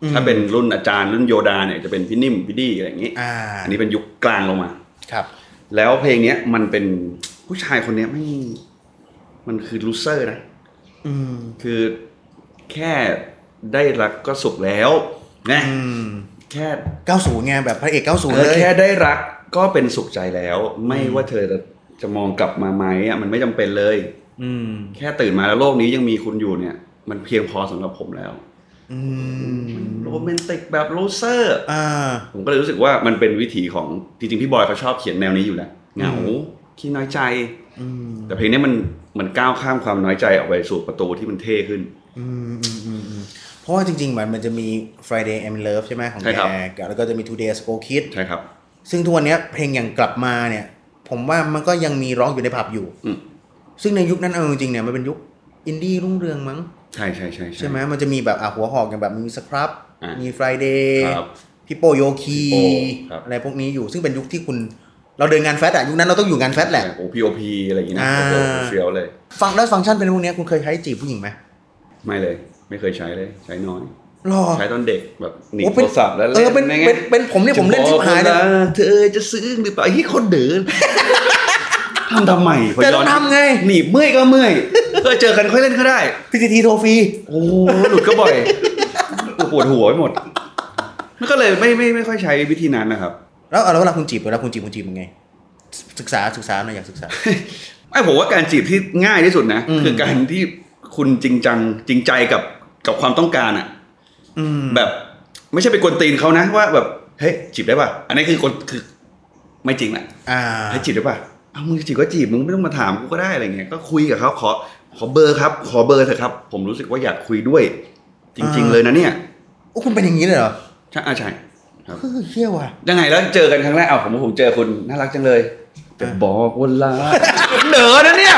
Speaker 2: อืม
Speaker 1: ถ้าเป็นรุ่นอาจารย์รุ่นโยดาเนี่ยจะเป็นพี่นิ่มพี่ดี้อะไรอย่างงี้
Speaker 2: อ่า
Speaker 1: อันนี้เป็นยุคกลางลงมา
Speaker 2: ครับ
Speaker 1: แล้วเพลงเนี้ยมันเป็นผู้ชายคนเนี้ยไม่มันคือลูเซอร์นะ
Speaker 2: อืม
Speaker 1: คือแค่ได้รักก็สุขแล้วนะ
Speaker 2: อืม
Speaker 1: แค่
Speaker 2: 90ไงแบบพระเอก 90
Speaker 1: เอ
Speaker 2: เล
Speaker 1: อย แค่ได้รักก็เป็นสุขใจแล้ว ไม่ว่าเธอจะจะมองกลับมาไหมอ่ะมันไม่จำเป็นเลย
Speaker 2: อืม
Speaker 1: แค่ตื่นมาแล้วโลกนี้ยังมีคุณอยู่เนี่ย มันเพียงพอสำหรับผมแล้ว
Speaker 2: อืม
Speaker 1: โรแมนติกแบบลูเซอร์
Speaker 2: อ่า
Speaker 1: ผมก็เลยรู้สึกว่ามันเป็นวิถีของจริงๆพี่บอยเขาชอบเขียนแนวนี้อยู่แล้วเหงา
Speaker 2: อืม
Speaker 1: ขี้น้อยใจ
Speaker 2: อืม
Speaker 1: แต่เพลงเนี้ยมันมันก้าวข้ามความน้อยใจออกไปสู่ประตูที่มันเท่ขึ้น
Speaker 2: อืมอืมอืมอืมเพราะว่าจริงๆ มันมันจะมี Friday I'm in Love ใช่ไหมของ
Speaker 1: ใช่ครับ
Speaker 2: แกกับแล้วก็จะมี Two Days Go Kid
Speaker 1: ใช่ครับ
Speaker 2: ซึ่งทุกวันเนี้ยเพลงอย่างกลับมาเนี่ย ผมว่ามันก็ยังมีร้องอยู่ในผับอยู่
Speaker 1: อืม
Speaker 2: ซึ่งในยุคนั้นเอาจริงๆเนี่ยมันเป็นยุคอินดี้รุ่งเรืองมั้ง
Speaker 1: ใช่ใช่ใช่
Speaker 2: ใช่ไหมมันจะมีแบบอ่ะหัวหอกอย่างแบบมีสครับ
Speaker 1: อ่ะ
Speaker 2: มี Friday
Speaker 1: ครับ
Speaker 2: พี่โปโยคี
Speaker 1: พี่โป้ครับ
Speaker 2: อะไรพวกนี้อยู่ซึ่งเป็นยุคที่คุณ เราเดินงานแฟชั่นอะยุคนั้นเราต้องอยู่งานแฟชั่นแหละ
Speaker 1: โอ้พีโอพีอะไรอย่างงี้นะ
Speaker 2: อ่า
Speaker 1: โอ้โหเฟี้ยวเลย
Speaker 2: ฟังแล้วฟังก์ชันเป็นพวกเนี้ยคุณเคยใช้จีบผู้หญิงไหม
Speaker 1: ไม่เลย ไม่เคยใช้เลย ใช้น้อย
Speaker 2: หรอ
Speaker 1: ใช้ตอนเด็กแบบหนี
Speaker 2: โอ้
Speaker 1: โท
Speaker 2: เป็น
Speaker 1: รศัพท์แล้ว
Speaker 2: เออเป็น
Speaker 1: ล่ไง
Speaker 2: เป็นเป็นผมเนี่ยผมเล่นชิบหายเลย
Speaker 1: จะบอกว่าเธอจะซึ้งหรือเปล่าไอ้ที่คนเดิน ทำทำไมพ
Speaker 2: แต่
Speaker 1: ย้
Speaker 2: ต้
Speaker 1: อ
Speaker 2: อน งทำไง
Speaker 1: หนีบเมื่อยก็เมื่อยเออเจอกันค่อยเล่นก็ได้
Speaker 2: พีซีทีโทรฟรี
Speaker 1: โอ้โหหลุดก็บ่อยปวดหัวไปหมดมันก็เลยไม่ไม่ไม่ค่อยใช้วิธีนั้นนะครับ
Speaker 2: แล้วเอาแล้วเวลาคุณจีบเวลาคุณจีบคุณจีบยังไง ศึกษาศึกษาหน่อยอยากศึกษา
Speaker 1: ไอ้ผมว่าการจีบที่ง่ายที่สุดนะ
Speaker 2: อืม
Speaker 1: คือการที่คุณจริงจังจริงใจกับกับความต้องการอะ
Speaker 2: อืม
Speaker 1: แบบ ไม่ใช่ไปกวนตีนเขานะว่าแบบเฮ้ยจีบได้ป่ะอันนี้คือคนคือไม่จริงแหละ
Speaker 2: อ่า
Speaker 1: เฮ้ยจีบได้ป่ะเอามึงจะจีบก็จีบมึงไม่ต้องมาถามกูก็ได้อะไรเงี้ยก็คุยกับเขาขอขอเบอร์ครับ ขอเบอร์เถอะครับ ผมรู้สึกว่าอยากคุยด้วย จริง ๆ เลยนะเนี่ย
Speaker 2: โอ้คุณเป็นอย่างนี้เลยเหรอ
Speaker 1: ใช่อาใช่ครับ
Speaker 2: เฮ้ยเฮี้ยว่ะ
Speaker 1: ยังไงแล้วเจอกันครั้งแรกเอาผมว่าผมเจอคุณน่ารักจังเลยแต่บอกว่าลา เด๋อนะเนี่ย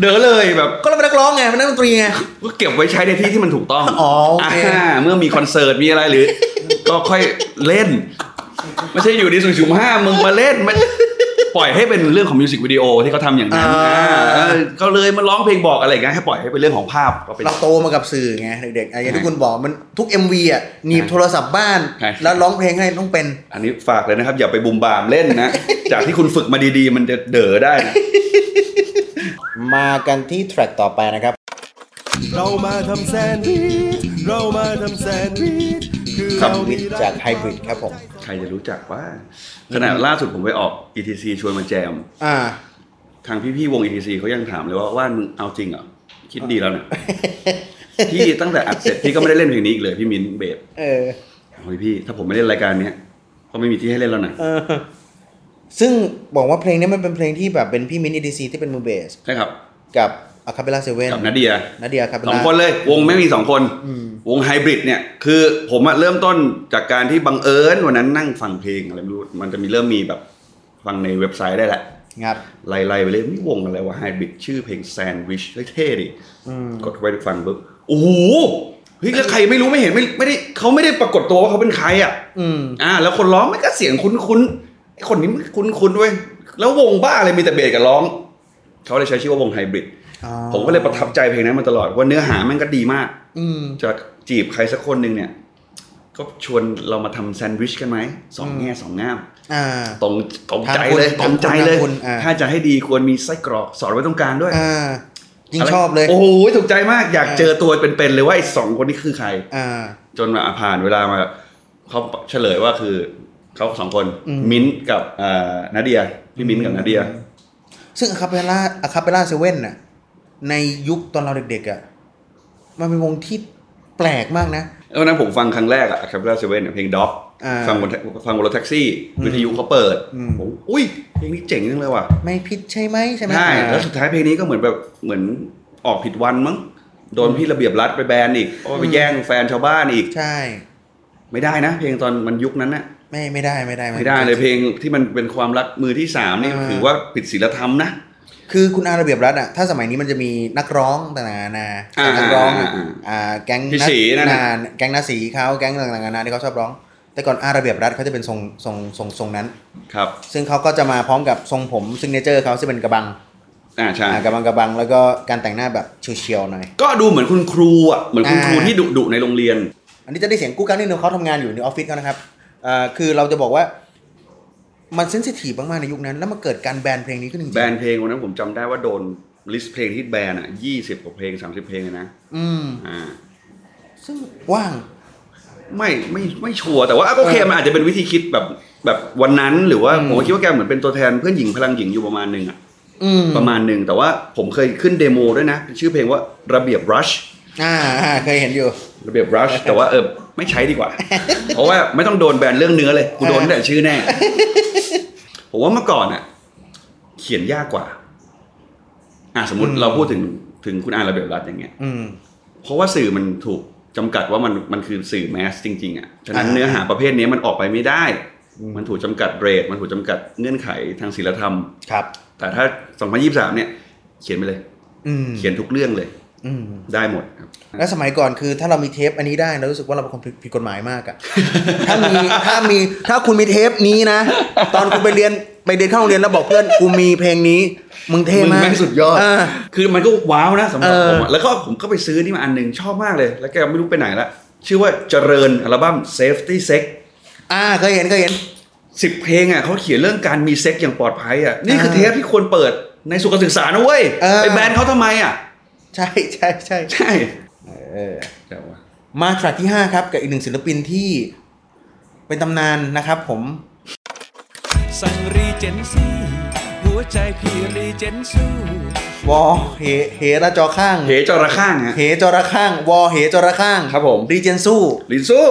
Speaker 1: เด๋อเลยแบบ
Speaker 2: ก็เราเป็นนักร้องไงเป็นนักดนตรีไง
Speaker 1: ก็เก็บไว้ใช้ในที่ที่มันถูกต้อง
Speaker 2: อ๋อโอเค
Speaker 1: าเมื่อมีคอนเสิร์ตมีอะไรหรือ ก็ค่อยเล่น ไม่ใช่อยู่ดีสุ่มสุ่มห้ามึงมาเล่นมันปล่อยให้เป็นเรื่องของมิวสิกวิดีโอที่เขาทำอย่างนั้น
Speaker 2: อ่า
Speaker 1: อ่าเออเขาเลยมาร้องเพลงบอกอะไรอย่างเงี้ยให้ปล่อยให้เป็นเรื่องของภาพก็เป็น
Speaker 2: เราโตมากับสื่อไงเด็กๆอะอย่าง
Speaker 1: ใช่
Speaker 2: ที่คุณบอกมันทุก MV อ่ะหนีบ
Speaker 1: ใช่
Speaker 2: โทรศัพท์บ้าน
Speaker 1: ใช่
Speaker 2: แล้วร้องเพลงให้ต้องเป็น
Speaker 1: อันนี้ฝากเลยนะครับ อย่าไปบุมบามเล่น นะ จากที่คุณฝึกมาดีๆ มันจะเด๋อได้นะ
Speaker 2: มากันที่แทร็กต่อไปนะครับ
Speaker 5: เรามาทำแซนด์วิช เรามาทำแซนด์วิช คือ
Speaker 1: ครับ
Speaker 5: เรา
Speaker 2: วิ
Speaker 5: มี
Speaker 2: ทย์
Speaker 5: ร้น
Speaker 2: จากไฮบริดครับผม
Speaker 1: ใครจะรู้จักว่าขณะล่าสุดผมไปออก ETC ชวนมาแจม
Speaker 2: อ่า
Speaker 1: ทางพี่ๆวง ETC เขายังถามเลยว่าว่านมึงเอาจริงเหรอคิดดีแล้วเนี่ย พี่ตั้งแต่อัดเสร็จพี่ก็ไม่ได้เล่นเพลงนี้อีกเลยพี่มินเบส
Speaker 2: เออ
Speaker 1: โอ้ยพี่ ถ้าผมไม่เล่นรายการเนี้ยก็ไม่มีที่ให้เล่นแล้วนะ
Speaker 2: เออ ซึ่งบอกว่าเพลงนี้มันเป็นเพลงที่แบบเป็นพี่มิน e ีดีซีที่เป็นมือเบส
Speaker 1: ใช่ครับ
Speaker 2: กับอะคาเปล่าเซเว่น
Speaker 1: กับนาเดีย
Speaker 2: นาเดียครับ
Speaker 1: สองคนเลยวงไม่มีสองคน
Speaker 2: อืม
Speaker 1: วงไฮบริดเนี่ยคือผมอะเริ่มต้นจากการที่บังเอิญวันนั้นนั่งฟังเพลงอะไรไม่รู้มันจะมีเริ่มมีแบบฟังในเว็บไซต์ได้แหละ
Speaker 2: งับ
Speaker 1: ไล่ๆไปเลยนี่วงอะไรวะไฮบริดชื่อเพลงแซนด์วิชเท่ดิ
Speaker 2: อืม
Speaker 1: กดเข้าไปฟังปุ๊บโอ้โหเฮ้ยแล้วใครไม่รู้ไม่เห็นไม่ไม่ได้เขาไม่ได้ปรากฏตัวว่าเขาเป็นใครอ่ะ
Speaker 2: อืม
Speaker 1: อ่า แล้วคนร้องมันก็เสียงคุ้นๆไอ้คนนี้มันคุ้นๆเว้ยแล้ววงบ้าอะไรมีแต่เบสกับร้อง เขาเลยใช้ชื่อว่าวงไฮบริด
Speaker 2: อ๋อ
Speaker 1: ผมก็เลยประทับใจเพลงนั้นมาตลอดว่าเนื้อหามันก็ดีมาก
Speaker 2: อืม
Speaker 1: จะจีบใครสักคนหนึ่งเนี่ย ก็ชวนเรามาทำแซนด์วิชกันไหมสองแง่สองงาม
Speaker 2: อ่า
Speaker 1: ตรงตรงใจเลยต
Speaker 2: ทาง
Speaker 1: รง
Speaker 2: คุณ
Speaker 1: ใจเลย
Speaker 2: ทางคุณอ่า
Speaker 1: ถ้าจะให้ดีควรมีไส้กรอกสอดไว้ตรงกลางด้วย
Speaker 2: อ่า ยิ่งชอบเลย
Speaker 1: โอ้โหถูกใจมากอยาก
Speaker 2: เออ
Speaker 1: เจอตัวเป็นๆเลยว่าไอ้สองคนนี้คือใคร
Speaker 2: อ่า
Speaker 1: จนมาผ่านเวลามาเขาเฉลยว่าคือเขาสองคน
Speaker 2: อืม
Speaker 1: มิ้นท์กับเอ่อนาเดียพี่มิ้นท์กับนาเดีย
Speaker 2: ซึ่งอะคาเปล่าอะคาเปล่าเซเว่นน่ะ ในยุคตอนเราเด็กๆอ่ะ มันเป็นวงที่แปลกมากนะ
Speaker 1: แล้ววันนั้นผมฟังครั้งแรกอะคาเปล่าเซเว่นเพลงด็อก
Speaker 2: อ่า
Speaker 1: ฟังบนฟังบนรถแท็กซี่วิทยุเขาเปิด
Speaker 2: อืม
Speaker 1: ผมอุ้ยเพลงนี้เจ๋งจังเลยว่ะ
Speaker 2: ไม่ผิดใช่ไหมใช่ไหม
Speaker 1: ใช่
Speaker 2: อ่า
Speaker 1: แล้วสุดท้ายเพลงนี้ก็เหมือนแบบเหมือนออกผิดวันมั้งโดนพี่ระเบียบรัดไปแบนอีกเพราะว่าไป
Speaker 2: อืม
Speaker 1: แย่งแฟนชาวบ้านอีก
Speaker 2: ใช่
Speaker 1: ไม่ได้นะ เพลงตอนมันยุคนั้นน่ะ
Speaker 2: ไม่ไม่ได้ไม่ได้
Speaker 1: ไม่ได้เลยเพลงที่มันเป็นความรักมือที่สามนี่
Speaker 2: อ่า
Speaker 1: ถือว่าผิดศีลธรรมนะ
Speaker 2: คือคุณอาระเบียบรัฐอ่ะถ้าสมัยนี้มันจะมีนักร้องต่างๆนานา
Speaker 1: อ่า
Speaker 2: นักร้องอะ
Speaker 1: อ่าอ่า
Speaker 2: อ่าแก๊ง
Speaker 1: พี่ศรีนั่นน่ะ
Speaker 2: าแก๊งนาสีเขาแก๊งต่างๆนานาที่เขาชอบร้อง แต่ก่อนอาระเบียบรัฐเขาจะเป็นทรงทรงทรงทรงนั้น
Speaker 1: ครับ
Speaker 2: ซึ่งเขาก็จะมาพร้อมกับทรงผมซิงเนเจอร์เขาที่งเป็นกระบัง
Speaker 1: อ่าใช่
Speaker 2: อ่ากระบังกระบังแล้วก็การแต่งหน้าแบบเฉียวๆหน่อย
Speaker 1: ก็ดูเหมือนคุณครูอ่ะ เหมือนคุณ
Speaker 2: อ่า
Speaker 1: ครูที่ดุดุๆในโรงเรียน
Speaker 2: อันนี้จะได้เสียงกู้กักนิดนึงเขาทำงานอยู่ในออฟฟิศเขานะครับเอ่อคือเราจะบอกว่ามันเซนซิทีฟมากๆในยุคนั้น แล้วมันเกิดการแบนเพลงนี้ขึ้นจริงๆ
Speaker 1: แบนเพลงวันนั้นผมจำได้ว่าโดนลิสต์เพลงที่แบนอ่ะยี่สิบกว่าเพลงสามสิบเพลงเลยนะ
Speaker 2: อืม
Speaker 1: อ่า
Speaker 2: ซึ่งว่าง
Speaker 1: ไม่ไม่ไม่ชัวร์แต่ว่าอ่ะก็โอเค
Speaker 2: เออ
Speaker 1: มันอาจจะเป็นวิธีคิดแบบแบบวันนั้นหรือว่า
Speaker 2: อืม
Speaker 1: ผมก็คิดว่าแกเหมือนเป็นตัวแทนเพื่อนหญิงพลังหญิงอยู่ประมาณหนึ่งอ่ะ
Speaker 2: อืม
Speaker 1: ประมาณหนึ่งแต่ว่าผมเคยขึ้นเดโมด้วยนะ ชื่อเพลงว่าระเบียบ rush
Speaker 2: อ่า อ่าเคยเห็นอยู่
Speaker 1: ระเบียบ rush แต่ว่าเออไม่ใช้ดีกว่า เพราะว่าไม่ต้องโดนแบนเรื่องเนื้อเลยกูโดนตั้งแต่ชื่อแน่ ผมว่าเมื่อก่อนอ่ะ เขียนยากกว่า อ่ะสมมติ
Speaker 2: อืม
Speaker 1: เราพูดถึงถึงคุณอาระเบียบรัฐอย่างเงี้ย
Speaker 2: อืม
Speaker 1: เพราะว่าสื่อมันถูกจำกัดว่ามันมันคือสื่อแมสจริง ๆอ่ะ ฉะนั้น
Speaker 2: อ่า
Speaker 1: เนื้อหาประเภทนี้มันออกไปไม่ได้
Speaker 2: อืม
Speaker 1: มันถูกจำกัดเรทมันถูกจำกัดเงื่อนไขทางศิลธรรม
Speaker 2: ครับ
Speaker 1: แต่ถ้า 2023 เนี่ย เขียนไปเลย
Speaker 2: อืม
Speaker 1: เขียนทุกเรื่องเลย
Speaker 2: อืม
Speaker 1: ได้หมดครับ
Speaker 2: แล้วสมัยก่อนคือถ้าเรามีเทปอันนี้ได้เรารู้สึกว่าเราเป็นคนผิดผิดกฎหมาย มากอะ ถ้ามีถ้ามีถ้าคุณมีเทปนี้นะ ตอนคุณไปเรียนไปเรียนเข้าโรงเรียนแล้วบอกเพื่อนกูมีเพลงนี้มึงเท่
Speaker 1: มึง
Speaker 2: มาก
Speaker 1: แม่งสุดยอด
Speaker 2: า
Speaker 1: คือมันก็ว้าวนะสำหรับ
Speaker 2: เออ
Speaker 1: ผมอะแล้วก็ผมก็ไปซื้อนี่มาอันหนึ่งชอบมากเลย แล้วแกไม่รู้ไปไหนละ ชื่อว่าเจริญอัลบั้ม Safety Sex
Speaker 2: อ่าเคยเห็นเคยเห็น
Speaker 1: สิบเพลงอ่ะเขาเขียนเรื่องการมีเซ็กอย่างปลอดภัยอ่ะนี่คือ
Speaker 2: เออ
Speaker 1: เทปที่ควรเปิดในสุขศึกษานะเว้ย
Speaker 2: เออ
Speaker 1: ไปแบนเขาทำไมอ่ะ
Speaker 2: ใช่ใช่ใช่
Speaker 1: ใช่
Speaker 2: เออ
Speaker 1: แต่ว่า
Speaker 2: มาแทร็กที่ 5 ครับ กับอีกหนึ่งศิลปินที่เป็นตำนานนะครับผม
Speaker 4: สั่งรีเจนซี่หัวใจพี่รีเจนซู่
Speaker 2: วอเหเหระจอข้าง
Speaker 1: เหจระข้างฮะ
Speaker 2: เหจระข้าง วอเหจระข้าง
Speaker 1: ครับผม
Speaker 2: รีเจนสู้
Speaker 1: ลินซู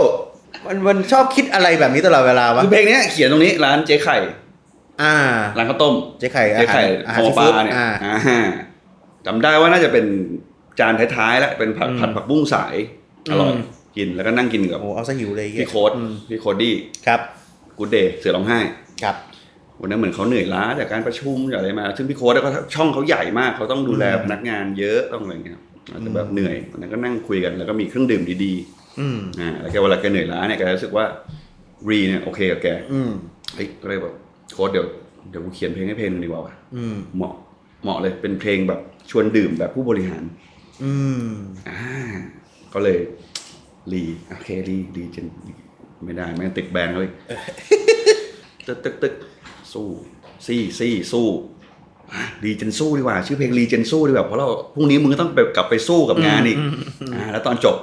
Speaker 2: มันมันชอบคิดอะไรแบบนี้ตลอดเวลาวะ
Speaker 1: คือเพลงเนี้ยเขียนตรงนี้ร้านเจ๊ไข่
Speaker 2: อ่า
Speaker 1: ร้านข้าวต้ม
Speaker 2: เจ๊ไข่อาหาร
Speaker 1: เจ๊ไข่
Speaker 2: อาหาร
Speaker 1: ห่อปลา
Speaker 2: seafood
Speaker 1: เนี่ย
Speaker 2: อ่า
Speaker 1: อ่าจำได้ว่าน่าจะเป็นจานท้ายๆแล้วเป็นผัด
Speaker 2: อืม
Speaker 1: ผัดผักบุ้งสาย อร่อย
Speaker 2: อืม
Speaker 1: กินแล้วก็นั่งกินกับ
Speaker 2: โอ้เอาซะหิวเลยไอ้เหี้ย
Speaker 1: พี่โค้ด
Speaker 2: อืม
Speaker 1: พี่โค้ดดี้
Speaker 2: ครับ
Speaker 1: กูเดย์เสือร้องไห้
Speaker 2: ครับ
Speaker 1: วันนั้นเหมือนเขาเหนื่อยล้าจากการประชุมจากอะไรมา ซึ่งพี่โค้ดก็ช่องเขาใหญ่มากเขาต้องดูแล
Speaker 2: อืม
Speaker 1: พนักงานเยอะต้องอะไรอย่างเงี้ยครับอาจ
Speaker 2: อื
Speaker 1: จะ
Speaker 2: ม
Speaker 1: แบบเหนื่อยวันนั้นก็นั่งคุยกันแล้วก็มีเครื่องดื่มดี
Speaker 2: อืม
Speaker 1: ๆอ่าแล้วแกเวลาแกเหนื่อยล้าเนี่ยแกรู้สึกว่ารีเนี่ยโอเคกับแก
Speaker 2: อืม
Speaker 1: เฮ้ยก็เลยแบบโค้ดเดี๋ยวเดี๋ยวกูเขียนเพลงให้เพลงหนึงดีกว่าว่ะ
Speaker 2: อืม
Speaker 1: เหมาะเหมาะเลยเป็นเพลงแบบชวนดื่มแบบผู้บริหาร
Speaker 2: อืม
Speaker 1: อ่าก็เลยรีโอเครีรีจนไม่ได้แม่งติดแบนเขาอีกตึกตึกตึกสู้ซี่ซี่สู้รีเจนสู้ดีกว่า ชื่อเพลงรีเจนสู้ดีกว่าเพราะเราพรุ่งนี้มึงก็ต้องไปกลับไปสู้กับงานอีกอ่าแล้วตอนจบ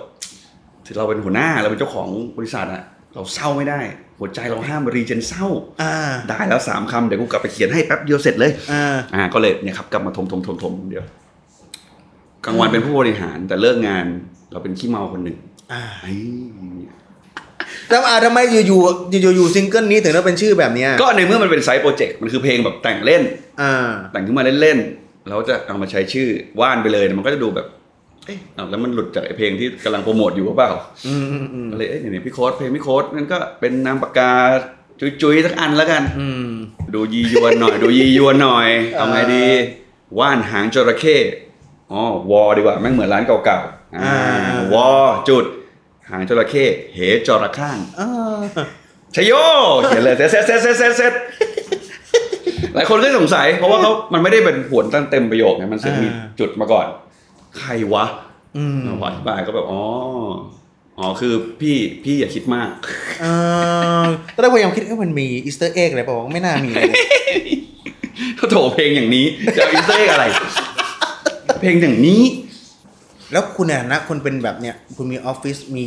Speaker 1: ที่เราเป็นหัวหน้าเราเป็นเจ้าของบริษัทอะเราเศร้าไม่ได้ หัวใจเราห้ามรีเจนเศร้า
Speaker 2: อ่า
Speaker 1: ได้แล้วสามคำเดี๋ยวกูกลับไปเขียนให้แป๊บเดียวเสร็จเลย
Speaker 2: อ่า
Speaker 1: อ่าก็เลยเนี่ยครับกลับมาทมทมทมทมเดียวกลางวันเป็นผู้บริหารแต่เลิกงานเราเป็นขี้เมาคนหนึ่ง
Speaker 2: อ่า
Speaker 1: ไอ้เนี่ย
Speaker 2: แล้วอ่าทำไมอยู่ๆอยู่ๆอยู่ซิงเกิลนี้ถึงได้เป็นชื่อแบบเนี้ย
Speaker 1: ก็ในเมื่อมันเป็นไซต์โปรเจกต์มันคือเพลงแบบแต่งเล่น
Speaker 2: อ่า
Speaker 1: แต่งขึ้นมาเล่นๆเราจะเอามาใช้ชื่อว่านไปเลยมันก็จะดูแบบ เอ๊ะอ้าวแล้วมันหลุดจากไอ้เพลงที่กำลังโปรโมทอยู่หรือเปล่า
Speaker 2: อืมอืมอืม
Speaker 1: ก็เลยเอ๊ะเนี่ยพี่โค้ดเพลงพี่โค้ดนั่นก็เป็นนามปากกาจุยๆสักอันแล้วกัน
Speaker 2: อืม
Speaker 1: ดูยียวนหน่อย ดูยียวนหน่อยเอาไงดี ว่านหางจระเข้อ๋อวอดีกว่าแม่งเหมือนร้านเก่าๆอ่า
Speaker 2: อ่า
Speaker 1: วอจุด หางจระเข้เหจระข้าง
Speaker 2: อ่า
Speaker 1: ชโยเขียนเลยเซ็ตเซ็ตเซ็ตเซ็ตเซ็ตเซ็ตหลายคนก็สงสัย เพราะว่าเขามันไม่ได้เป็นผวนตั้งเต็มประโยคไงมันจะมี
Speaker 2: อ่า
Speaker 1: จุดมาก่อน ใครวะ
Speaker 2: อืม
Speaker 1: พออธิบายก็แบบอ๋ออ๋อคือพี่พี่อย่าคิดมาก
Speaker 2: เอ่อตอนแรกพยายามคิดว่ามันมีอีสเตอร์เอ็กอะไรเปล่าวะไม่น่ามีเลย
Speaker 1: ถ้าโถเพลงอย่างนี้จะเอาอินเตอร์อะไร เพลงอย่างนี้
Speaker 2: แล้วคุณในฐานะคนเป็นแบบเนี้ยคุณมีออฟฟิศมี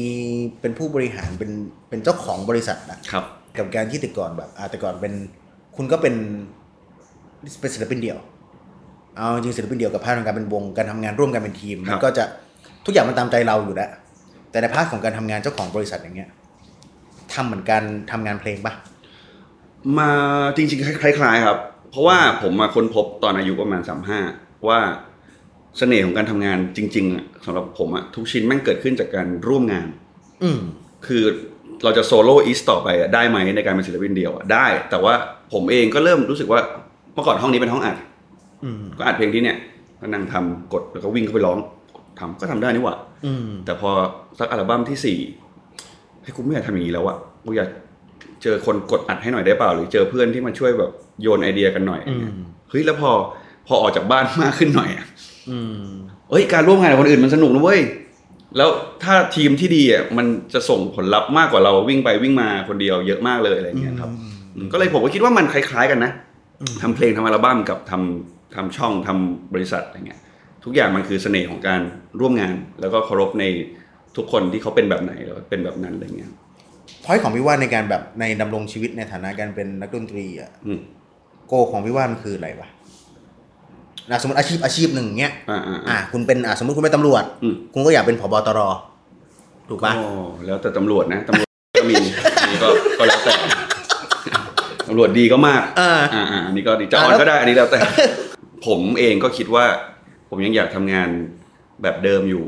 Speaker 2: เป็นผู้บริหารเป็นเป็นเจ้าของบริษัทนะครับ กับการที่แต่ก่อนแบบอ่าแต่ก่อนเป็นคุณก็เป็นเป็นศิลปินเดี่ยว เอาจริงศิลปินเดี่ยวกับภาพของการเป็นวงการทำงานร่วมกันเป็นทีม
Speaker 1: ค
Speaker 2: มั
Speaker 1: รั
Speaker 2: น
Speaker 1: บ
Speaker 2: ก็จะทุกอย่างมันตามใจเราอยู่แล้วแต่ในภาคของการทำงานเจ้าของบริษัทอย่างเงี้ยทำเหมือนการทำงานเพลงปะ
Speaker 1: มาจริงๆคล้ายๆครับ เพราะว่าผมมาค้นพบตอนอายุประมาณ 35 ว่าเสน่ห์ของการทำงานจริงๆอะสำหรับผมอะทุกชิ้นแม่งเกิดขึ้นจากการร่วมงาน
Speaker 2: อืม
Speaker 1: คือเราจะโซโล่อีสต่อไปอะได้ไหมในการเป็นศิลปินเดียวอะได้ แต่ว่าผมเองก็เริ่มรู้สึกว่าเมื่อก่อนห้องนี้เป็นห้องอัด
Speaker 2: อืม
Speaker 1: ก็อัดเพลงที่เนี่ยก็นั่งทำกดแล้วก็วิ่งเข้าไปร้องทำก็ทำได้นี่หว่า
Speaker 2: อืม
Speaker 1: แต่พอสักอัลบั้มที่สี่ให้ยกูไม่อยากทำอย่างนี้แล้วอะกูอยากเจอคนกดอัดให้หน่อยได้เปล่า หรือเจอเพื่อนที่มาช่วยแบบโยนไอเดียกันหน่อย
Speaker 2: อืม
Speaker 1: เฮ้ยแล้วพอพอออกจากบ้านมากขึ้นหน่อยอะ
Speaker 2: อืม
Speaker 1: เอ้ยการร่วมงานกับคนอื่นมันสนุกนะเว้ยแล้วถ้าทีมที่ดีอะมันจะส่งผลลัพธ์มากกว่าเราวิ่งไปวิ่งมาคนเดียวเยอะมากเลยอะไรอย่างเงี้ยครับ อืมก็เลยผมก็คิดว่ามันคล้ายๆกันนะทำเพลงทำอัลบั้มกับทำทำช่องทำบริษัทอะไรเงี้ย ทุกอย่างมันคือเสน่ห์ของการร่วมงาน แล้วก็เคารพในทุกคนที่เขาเป็นแบบไหนแล้วเป็นแบบนั้นอะไรเงี้ย
Speaker 2: พอยของพี่ว่านในการแบบในดำรงชีวิตในฐานะการเป็นนักดนตรีอ่ะ
Speaker 1: อืม
Speaker 2: โกของพี่ว่านมันคืออะไรวะนะสมมติอาชีพอาชีพหนึ่งเนี้ย
Speaker 1: อ่าอ่า
Speaker 2: อ่ะคุณเป็นอ่ะสมมติคุณเป็นตำรวจ
Speaker 1: อืม
Speaker 2: คุณก็อยากเป็นผบตร ถูกปะ
Speaker 1: อ๋อแล้วแต่ตำรวจนะตำรวจก็มีมีก็ก็แล้วแต่ตำรวจดีก็มาก
Speaker 2: อ่า
Speaker 1: อ่าอ่าอันนี้ก็ดีจะออนก็ได้อันนี้แล้วแต่ ผมเองก็คิดว่า ผมยังอยากทำงานแบบเดิมอยู่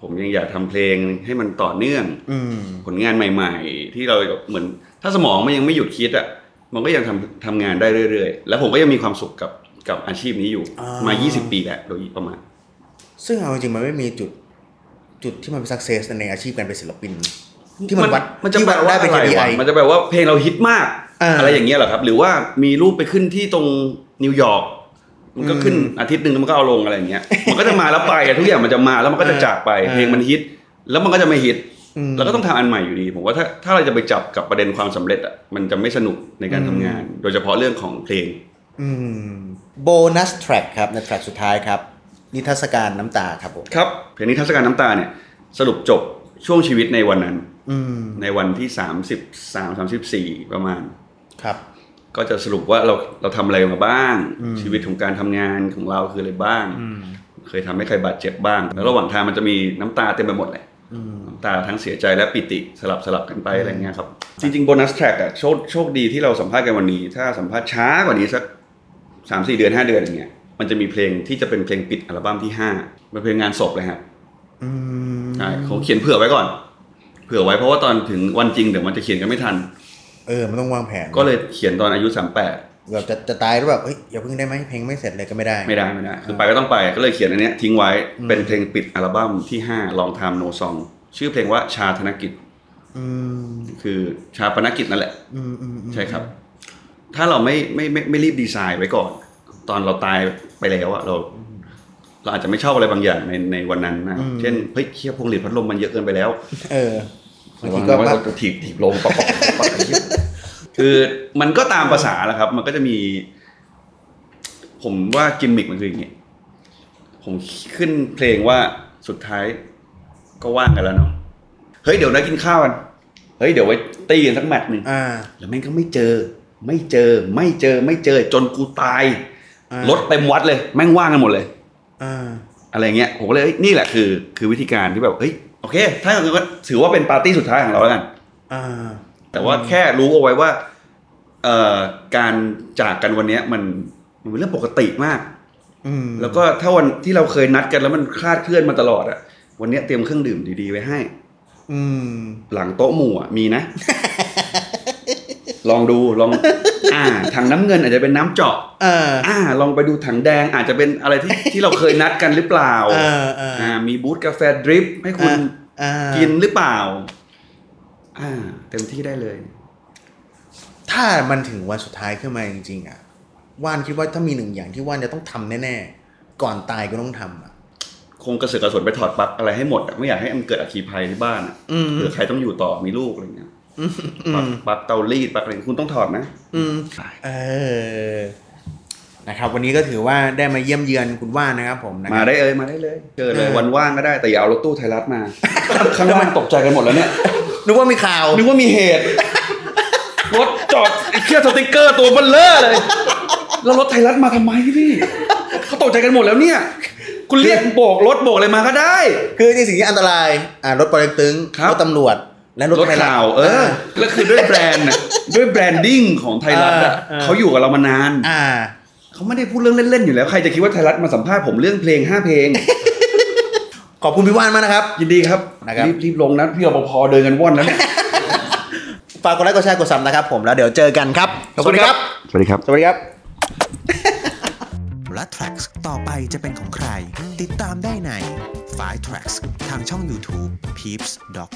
Speaker 1: ผมยังอยากทำเพลงให้มันต่อเนื่อง
Speaker 2: อืม
Speaker 1: ผลงานใหม่ๆ ที่เราเหมือน ถ้าสมองมันยังไม่หยุดคิดอ่ะมันก็ยังทำทำงานได้เรื่อยๆ แล้วผมก็ยังมีความสุขกับกับอาชีพนี้อยู่
Speaker 2: อ่าม
Speaker 1: มา 20 ปีแล้วโดยประมาณ
Speaker 2: ซึ่งเอาจริงๆมันไม่มีจุด จุดที่มันเป็นสักเซสในอาชีพการเป็นศิลปิน ที่มันวัด
Speaker 1: มันจะ
Speaker 2: ที่
Speaker 1: แปลว่าอะ
Speaker 2: ได้เป็น
Speaker 1: ไร
Speaker 2: KPI
Speaker 1: วะมันจะแปลว่าเพลงเราฮิตมาก
Speaker 2: อ่า
Speaker 1: อะไรอย่างเงี้ยเหรอครับ หรือว่ามีรูปไปขึ้นที่ตรงนิวยอร์กมันก็ขึ้น
Speaker 2: อืม
Speaker 1: อาทิตย์หนึ่งแล้วมันก็เอาลงอะไรอย่าง เงี้ย มันก็จะมาแล้วไปอะทุกอย่างมันจะมาแล้วมันก็จะ
Speaker 2: อ่า
Speaker 1: จากไป
Speaker 2: อ่า
Speaker 1: เพลงมันฮิตแล้วมันก็จะไม่ฮิต
Speaker 2: อืม
Speaker 1: แล้วก็ต้องทำอันใหม่อยู่ดี ผมว่าถ้าถ้าเราจะไปจับกับประเด็นความสำเร็จอ่ะมันจะไม่สนุกในการ
Speaker 2: อืม
Speaker 1: ทำงาน โดยเฉพาะเรื่องของเพลง
Speaker 2: อืมโบนัสแทร็กครับ ในแทร็กสุดท้ายครับ นิทรรศการน้ำตาครับผม
Speaker 1: ครับเพลงนี้ทัศการน้ำตาเนี่ยสรุปจบช่วงชีวิตในวันนั้น
Speaker 2: อืม
Speaker 1: ในวันที่33 34 ประมาณ
Speaker 2: ครับ
Speaker 1: ก็จะสรุปว่าเราเราทำอะไรมาบ้าง ชีวิตของการทำงานของเราคืออะไรบ้าง เคยทำให้ใครบาดเจ็บบ้าง แล้วระหว่างทางมันจะมีน้ำตาเต็มไปหมดเลยน้ำตาทั้งเสียใจและปิติสลับสลับกันไปอะไรเงี้ยครับ จริงๆโบนัสแทร็กอะโชคโชคดีที่เราสัมภาษณ์กันวันนี้ ถ้าสัมภาษณ์ช้ากว่านี้สักสามสี่เดือนห้าเดือนอย่างเงี้ยมันจะมีเพลงที่จะเป็นเพลงปิดอัลบั้มที่ห้าเป็นเพลงงานศพเลยฮะ
Speaker 2: อืม
Speaker 1: ใช่เขาเขียนเผื่อไว้ก่อน เผื่อไว้เพราะว่าตอนถึงวันจริงเดี๋ยวมันจะเขียนกันไม่ทัน
Speaker 2: เออ มันต้องวางแผน
Speaker 1: ก็เลยเขียนตอนอายุ 38
Speaker 2: แบบจะจะตายหรือแบบเฮ้ยอย่าเพิ่งได้ไหมเพลงไม่เสร็จเลยก็ไม่ได้
Speaker 1: ไม่ได้ไม่ได้คือไปก็ต้องไปก็เลยเขียนอันเนี้ยทิ้งไว้เป็นเพลงปิดอัลบั้มที่ 5 ลองทำโนซอง ชื่อเพลงว่าชาธนกิจ
Speaker 2: อืม
Speaker 1: คือชาปนกิจนั่นแหละ
Speaker 2: อืมอืมอืม
Speaker 1: ใช่ครับ ถ้าเราไม่ไม่ไม่ไม่รีบดีไซน์ไว้ก่อน ตอนเราตายไปแล้วอะเรา เราอาจจะไม่ชอบอะไรบางอย่างในในวันนั้นนะครับเช่นเฮ้ยเคียพวงหลีดพัดลมมันเยอะเกินไปแล้ว
Speaker 2: เออ
Speaker 1: หรื
Speaker 2: บา
Speaker 1: อง ว่า
Speaker 2: ทีก็
Speaker 1: เรา
Speaker 2: ว่า
Speaker 1: จะถีบถีบลงปะปะปะปะคือมันก็ตามภาษาแหละครับ มันก็จะมี ผมว่ากิมมิกมันคืออย่างเงี้ยผมขึ้นเพลงว่าสุดท้ายก็ว่างกันแล้วเนาะเฮ้ยเดี๋ยวนะกินข้าวกันเฮ้ยเดี๋ยวไว้ตีกันสักแมตช์หนึ่ง
Speaker 2: อ่า
Speaker 1: แล้วแม่งก็ไม่เจอ ไม่เจอ ไม่เจอ ไม่เจอ จนกูตาย
Speaker 2: อ่า
Speaker 1: รถเต็มวัดเลย แม่งว่างกันหมดเลย
Speaker 2: อ่า
Speaker 1: อะไรเงี้ยผมก็เลยเอ้ยนี่แหละคือ คือวิธีการที่แบบเฮ้ยโอเค ถ้าอย่างนั้นก็ถือว่าเป็นปาร์ตี้สุดท้ายของเราแล้วกัน
Speaker 2: อ่า
Speaker 1: แต่ว่าแค่รู้เอาไว้ว่าเอ่อการจากกันวันเนี้ยมันมันเป็นเรื่องปกติมาก
Speaker 2: อืม
Speaker 1: แล้วก็ถ้าวันที่เราเคยนัดกันแล้วมันคลาดเคลื่อนมาตลอดอะวันเนี้ยเตรียมเครื่องดื่มดีๆไว้ให้
Speaker 2: อืม
Speaker 1: หลังโต๊ะหมู่อะมีนะ ลองดูลอง อ่าถังน้ำเงินอาจจะเป็นน้ำเจาะ
Speaker 2: เออ
Speaker 1: อ่า ลองไปดูถังแดงอาจจะเป็นอะไรที่ที่เราเคยนัดกันหรือเปล่า
Speaker 2: เออเอออ่
Speaker 1: มีบูธกาแฟดริปให้คุณ
Speaker 2: อ่า
Speaker 1: กินหรือเปล่า อ่า เต็มที่ได้เลย
Speaker 2: ถ้ามันถึงวันสุดท้ายขึ้นมาจริงๆอ่ะ ว่านคิดว่าถ้ามีหนึ่งอย่างที่ว่านจะต้องทำแน่ๆ ก่อนตายก็ต้องทำอ่ะ
Speaker 1: คงกระเสือกกระสนไปถอดปลั๊กอะไรให้หมดอะไม่อยากให้มันเกิดอัคคีภัยที่บ้านอะ
Speaker 2: อืม
Speaker 1: เผื่อใครต้องอยู่ต่อมีลูกอะไรเงี้ยปลั๊กปลั๊กเตารีดปลั๊กอะไรคุณต้องถอดนะ
Speaker 2: อืม เออ นะครับ วันนี้ก็ถือว่าได้มาเยี่ยมเยือนคุณว่านนะครับผมนะค
Speaker 1: มา
Speaker 2: รับ
Speaker 1: ได้เอ่ยมาได้เลยเจอเลย
Speaker 2: เออ
Speaker 1: วันว่างก็ได้แต่อย่าเอารถตู้ไทยรัฐมา ข้างหน้าตกใจกันหมดแล้วเนี่ย
Speaker 2: นึกว่ามีข่าว
Speaker 1: นึกว่ามีเหตุรถจอดไอ้เครื่องสติกเกอร์ตัวเบลเลอร์เลยแล้วรถไทยรัฐมาทำไมพี่เขาตกใจกันหมดแล้วเนี่ย คุณเรียกโบกรถโบกอะไรมาก็ได้
Speaker 2: คือในสิ่งที่อันตราย อ่ารถปอเล็กตึง
Speaker 1: ครับ
Speaker 2: รถตำรวจ และรถ
Speaker 1: รถ
Speaker 2: ไทยรัฐ
Speaker 1: ข่าวเออแล้วคือด้วยแบรน ด์น่ะด้วยแบรนดิ้งของไทยรัฐอะ
Speaker 2: เออเออ
Speaker 1: เขาอยู่กับเรามานาน
Speaker 2: อ่า
Speaker 1: เขาไม่ได้พูดเรื่องเล่น ๆ อยู่แล้ว ใครจะคิดว่าไทยรัฐมาสัมภาษณ์ผมเรื่องเพลง 5 เพลง
Speaker 2: ขอบคุณพี่ว่านมากนะครับ
Speaker 1: ยินดีครับ
Speaker 2: นะครับ
Speaker 1: รีบรีบลงนะ พี่รปภเดินกันว่อนแล้วเนี่ย
Speaker 2: ฝากกดไลค์กดแชร์กดซับนะครับผมแล้วเดี๋ยวเจอกันครับ ขอบคุณครับ
Speaker 1: สวัสดีครับ
Speaker 2: สวัสดีครับ
Speaker 3: ไล และ Tracks ต่อไปจะเป็นของใคร ติดตามได้ใน f i Tracks ทางช่อง YouTube Peeps Doc